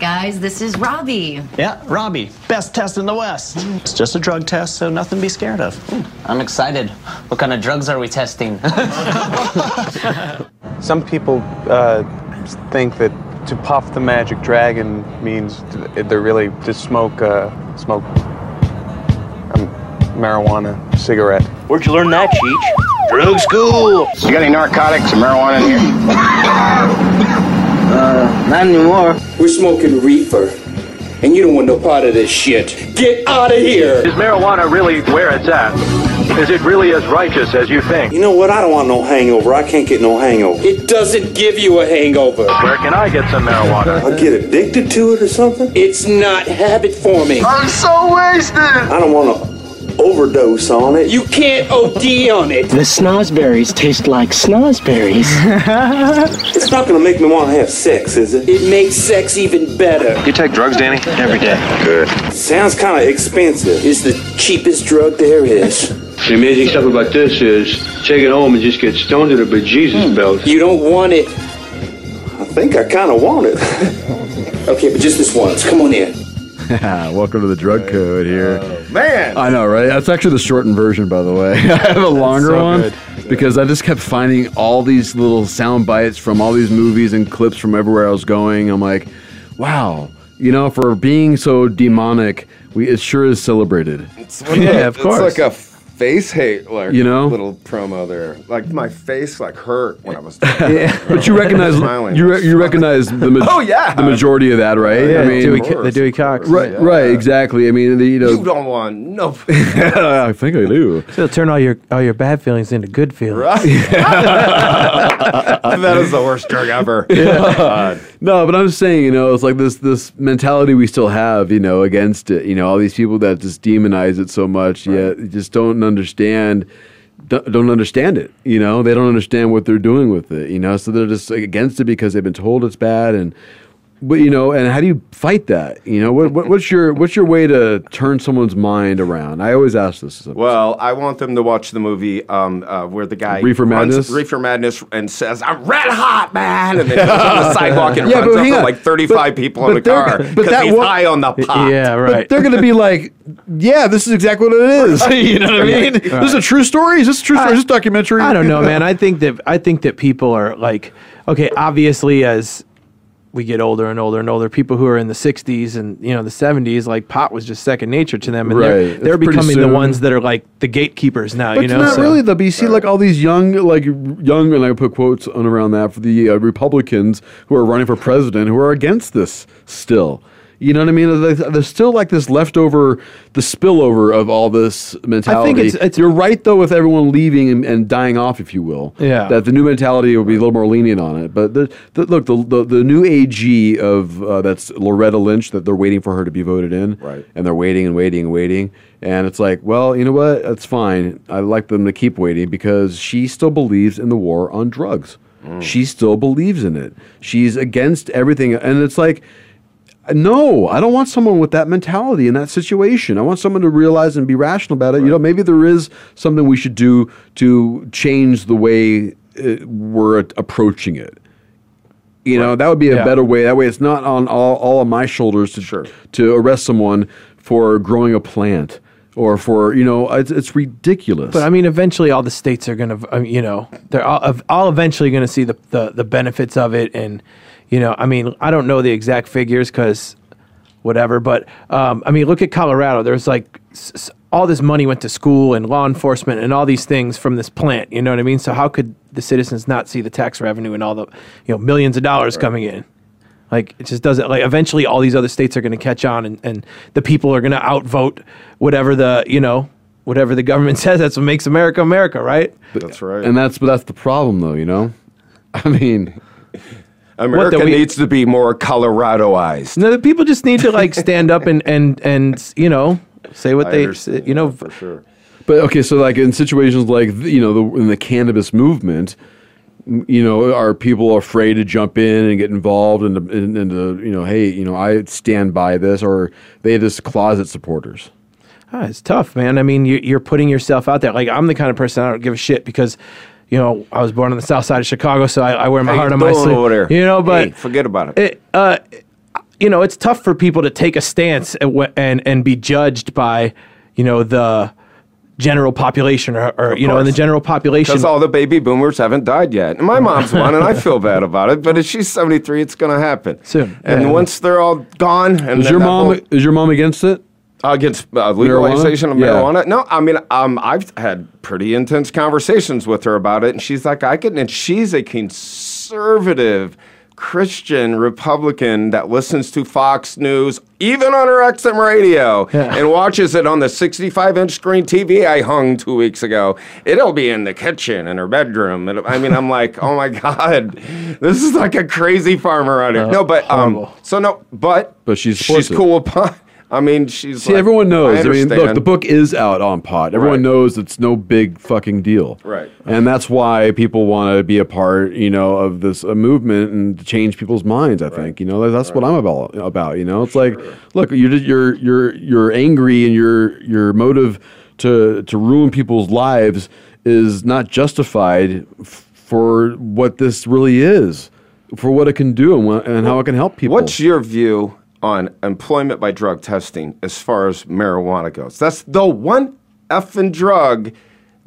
guys. This is Robbie. Yeah, Robbie, best test in the West. It's just a drug test, so nothing to be scared of. I'm excited. What kind of drugs are we testing? Some people uh, think that to puff the magic dragon means th- they're really to smoke uh, smoke um, marijuana cigarette. Where'd you learn that, Cheech? Drug school. You got any narcotics or marijuana in here? Uh, Not anymore. We're smoking reefer, and you don't want no part of this shit. Get out of here. Is marijuana really where it's at? Is it really as righteous as you think? You know what? I don't want no hangover. I can't get no hangover. It doesn't give you a hangover. Where can I get some marijuana? I get addicted to it or something. It's not habit forming. I'm so wasted! I don't want to overdose on it. You can't OD on it. The snozberries taste like snozberries. It's not going to make me want to have sex, is it? It makes sex even better. You take drugs, Danny? Every day. Good. It sounds kind of expensive. It's the cheapest drug there is. The amazing stuff about this is take it home and just get stoned to the bejesus belt. You don't want it. I think I kind of want it. Okay, but just this once. Come on in. Ah, Welcome to the drug code here. Man, I know, right? That's actually the shortened version, by the way. I have a longer so one good. because I just kept finding all these little sound bites from all these movies and clips from everywhere I was going. I'm like, wow, you know, for being so demonic, we it sure is celebrated. yeah, of course. It's like a face hate, like You know? little promo there. Like my face, like hurt when I was. Doing yeah, but you recognize Smiling. you, re- you recognize the ma- Oh, yeah. the majority of that, right? I mean, Dewey- the Dewey Cox. right, right, exactly. I mean, the, you know, You don't want no. I think I do. so turn all your all your bad feelings into good feelings. that is the worst drug ever. God. No, but I'm just saying, you know, it's like this this mentality we still have, you know, against it. You know, all these people that just demonize it so much, yet just don't understand, don't don't understand it. You know, they don't understand what they're doing with it. You know, so they're just like, against it because they've been told it's bad. And but you know, and how do you fight that? You know, what, what what's your what's your way to turn someone's mind around? I always ask this. Well, I want them to watch the movie um, uh, where the guy Reefer runs- Madness? Reefer Madness, and says, "I'm red hot, man," and then goes on the sidewalk and Yeah, runs but up hang to on. like 35 But- people in but a they're- car but because that he's wa- high on the pot. Yeah, But right. they're gonna be like, yeah, this is exactly what it is. you know what I mean? This is a true story. Is this a true story? is this a documentary? I don't know, man. I think that I think that people are like, okay, obviously as we get older and older and older, people who are in the '60s and you know the '70s, like pot was just second nature to them, and Right. they're, It's they're pretty becoming the soon. ones that are like the gatekeepers now. But you it's know, not So- really though. But you see, like all these young, like young, and I put quotes on around that for the uh, Republicans who are running for president who are against this still. You know what I mean? There's- There's still like this leftover, the spillover of all this mentality. it's- it's- You're right though with everyone leaving and, and dying off, if you will. Yeah. That the new mentality will be a little more lenient on it. But the, the, look, the, the the new AG of uh, that's Loretta Lynch that they're waiting for her to be voted in. Right. And they're waiting and waiting and waiting. And it's like, well, you know what? That's fine. I like them to keep waiting because she still believes in the war on drugs. She still believes in it. She's against everything. And it's like, no, I don't want someone with that mentality in that situation. I want someone to realize and be rational about it. You know, maybe there is something we should do to change the way uh we're a- approaching it. You know, that would be a Yeah. better way. That way, it's not on all, all of my shoulders to to arrest someone for growing a plant or for you know, it's, it's ridiculous. But I mean, eventually, all the states are going to, you know, they're all, ev- all eventually going to see the, the the benefits of it, and you know, I mean, I don't know the exact figures because whatever, but um, I mean, look at Colorado. There's like s- s- all this money went to school and law enforcement and all these things from this plant. You know what I mean? So how could the citizens not see the tax revenue and all the, you know, millions of dollars coming in? Like it just doesn't. Like eventually, all these other states are going to catch on, and, and the people are going to outvote whatever the you know whatever the government says. That's what makes America America, right? That's right. and that's but that's the problem, though. You know, I mean, America the we- needs to be more Coloradoized. No, the people just need to like stand up and and and you know say what I they understand you know. that for sure. But okay, so like in situations like th- you know the, in the cannabis movement, m- you know, are people afraid to jump in and get involved and the- and, and the you know, hey, you know, I stand by this, or they have this closet supporters. Ah, it's tough, man. I mean, you, you're putting yourself out there. Like I'm the kind of person I don't give a shit because. You know, I was born on the south side of Chicago, so I, I wear my How heart you on my doing sleeve. over there? You know, but Hey, forget about it. it, uh, you know, it's tough for people to take a stance and wh- and, and be judged by, you know, the general population or, or you know, in the general population. Because all the baby boomers haven't died yet. And my mom's one, and I feel bad about it. But if she's 73, it's going to happen soon. And yeah. once they're all gone, and Is then your that mom whole- is your mom against it? against uh, legalization of Yeah. marijuana? No, I mean, um, I've had pretty intense conversations with her about it, and she's like, I can, and she's a conservative Christian Republican that listens to Fox News, even on her XM radio, and watches it on the 65 inch screen TV I hung two weeks ago. It'll be in the kitchen, in her bedroom. And I mean, I'm like, oh my God, this is like a crazy farmer out here. Uh, No, but, um, so no, but, But she's she's supports it. cool upon. I mean, she's See, like, everyone knows. I, I, mean, look, understand. the book is out on pot. Everyone Right. knows it's no big fucking deal. Right. And that's why people want to be a part, you know, of this uh, movement and to change people's minds. I think, you know, that- that's what I'm about. About, you know, it's like, look, you're just- you're you're you're angry, and your your motive to to ruin people's lives is not justified f- for what this really is, for what it can do, and, wha- and how it can help people. What's your view on employment by drug testing as far as marijuana goes? That's the one effing drug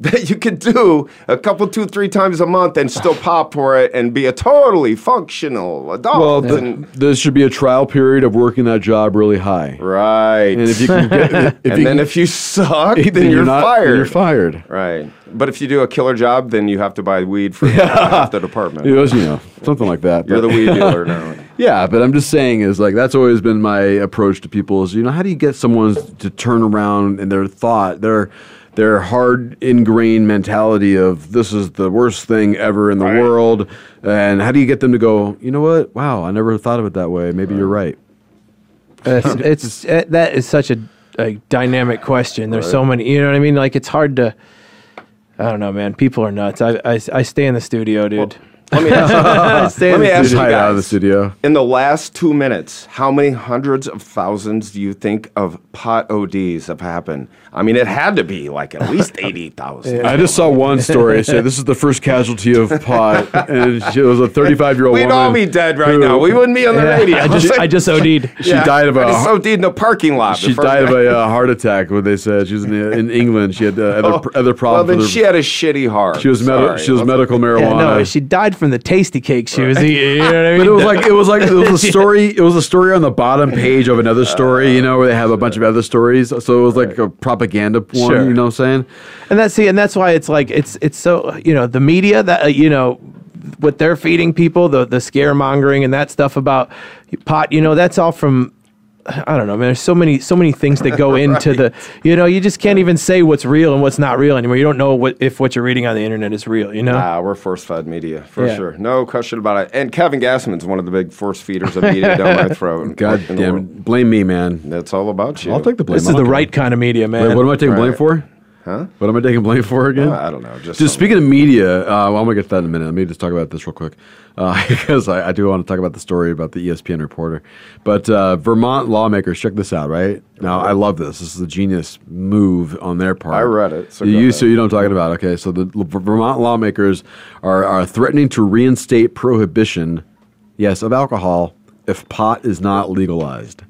that you could do a couple, two, three times a month and still pop for it and be a totally functional adult. Well, th- and, there should be a trial period of working that job really high. Right. And if you can get, if And you then can- if you suck, then, then you're, you're not- then fired. you're fired. Right. But if you do a killer job, then you have to buy weed for half the department. It was, you know, something like that. You're but- the weed dealer now. yeah, but I'm just saying is like that's always been my approach to people is you know how do you get someone to turn around in their thought their their hard ingrained mentality of this is the worst thing ever in the world and how do you get them to go you know what wow I never thought of it that way maybe you're right it's it's eh, that is such a like dynamic question. There's so Right. many. You know what I mean? Like it's hard to. I don't know, man. People are nuts. I I, I stay in the studio, dude. Let me ask I you, stay let in me the ask you studio. guys, studio. In the last two minutes, how many hundreds of thousands do you think of pot ODs have happened? I mean, it had to be like at least 80,000. I just saw one story say this is the first casualty of pot and it was a 35 year old We'd woman all be dead right who- now. We wouldn't be on the Yeah. radio. I just- I just OD'd. She died of a- I just OD'd in a parking lot. the She first died of day. a uh, heart attack. What they said she was in, the, in England. She had uh, other Oh, other Well, problems. then with her- she had a shitty heart. She was medi- Sorry. she was medical marijuana. Yeah, no, she died from the tasty cake she was eating. You know what I mean? But it was like it was like it was a story. It was a story on the bottom page of another story. You know where they have a bunch of other stories. So it was like a propaganda one. Sure. You know what I'm saying? And that's see, and that's why it's like it's it's so you know the media that uh, you know what they're feeding people the the scaremongering and that stuff about pot. You know that's all from. I don't know, man. There's so many, so many things that go into the, you know, you just can't even say what's real and what's not real anymore. You don't know what if what you're reading on the internet is real, you know. Nah, Ah, we're force fed media for Yeah. sure. No question about it. And Kevin Gassman's one of the big force feeders of media down my throat. God In the damn, world. it. blame me, man. That's all about you. I'll take the blame. This is the right kind of media, man. Wait, what am I taking blame Right. for? Huh? What am I taking blame for again? Uh, I don't know, just just speaking of media, uh, well, I'm gonna get to that in a minute. Let me just talk about this real quick Uh, because I, I do want to talk about the story about the E ESPN reporter. But uh, Vermont lawmakers, check this out. Right now, I love this. This is a genius move on their part. I read it, so you go you- ahead. so you know what I'm talking about. Okay, so the L- Vermont lawmakers are are threatening to reinstate prohibition, yes, of alcohol if pot is not legalized.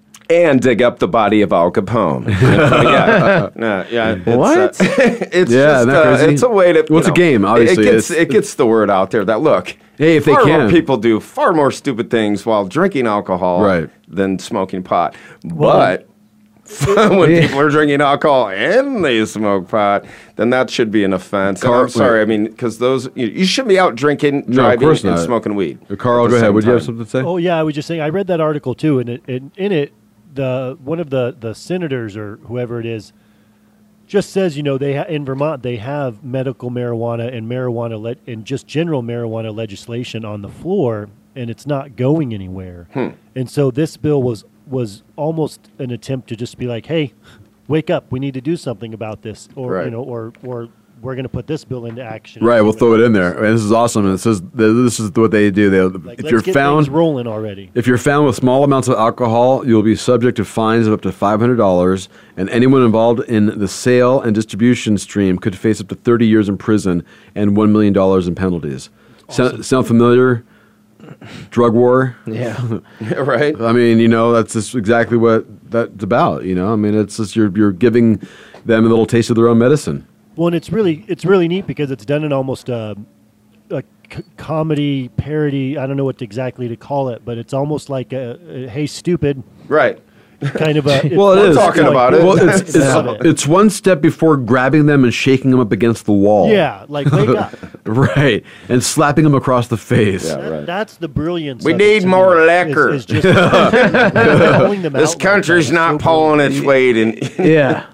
and dig up the body of Al Capone. yeah, no, yeah. It's, What? uh, it's Yeah, just isn't that uh, crazy? it's a way to. you Well, it's a know, game, it- obviously. it gets It's- it gets the word out there that look. Hey, if they far can. more people do far more stupid things while drinking alcohol Right. than smoking pot, but. when Yeah. people are drinking alcohol and they smoke pot, then that should be an offense. And Car- I'm sorry, I mean, because those you, you shouldn't be out drinking, No, of driving, course and not. Uh, smoking weed. Carl, at the go ahead. same Would you have time. something to say? Oh yeah, I was just saying. I read that article too, and it, and in it, the one of the the senators or whoever it is, just says you know they ha- in Vermont they have medical marijuana and marijuana le- and just general marijuana legislation on the floor, and it's not going anywhere. Hmm. And so this bill was was almost an attempt to just be like, hey, wake up, we need to do something about this, or you Right. know, or or we're going to put this bill into action. Right, we'll throw it in there. And this is awesome. And it says th- this is what they do. They, Like, if let's you're get found, things rolling already. if you're found with small amounts of alcohol, you'll be subject to fines of up to five hundred dollars, and anyone involved in the sale and distribution stream could face up to thirty years in prison and one million dollars in penalties. So- sound familiar? drug war. Yeah. right. I mean, you know, that's just exactly what that's about. You know, I mean, it's just you're you're giving them a little taste of their own medicine. Well, and it's really it's really neat because it's done in almost a, a c- comedy parody. I don't know what exactly to call it, but it's almost like a, a "Hey, stupid." Right. Kind of a. well, it it's is like- Well, it's, it's, it's one step before grabbing them and shaking them up against the wall. Yeah, like, wake up. right, and slapping them across the face. That's the brilliance. We of it need to me, more is- liquor. is just- calling them out this like country's not pulling its weight in. yeah.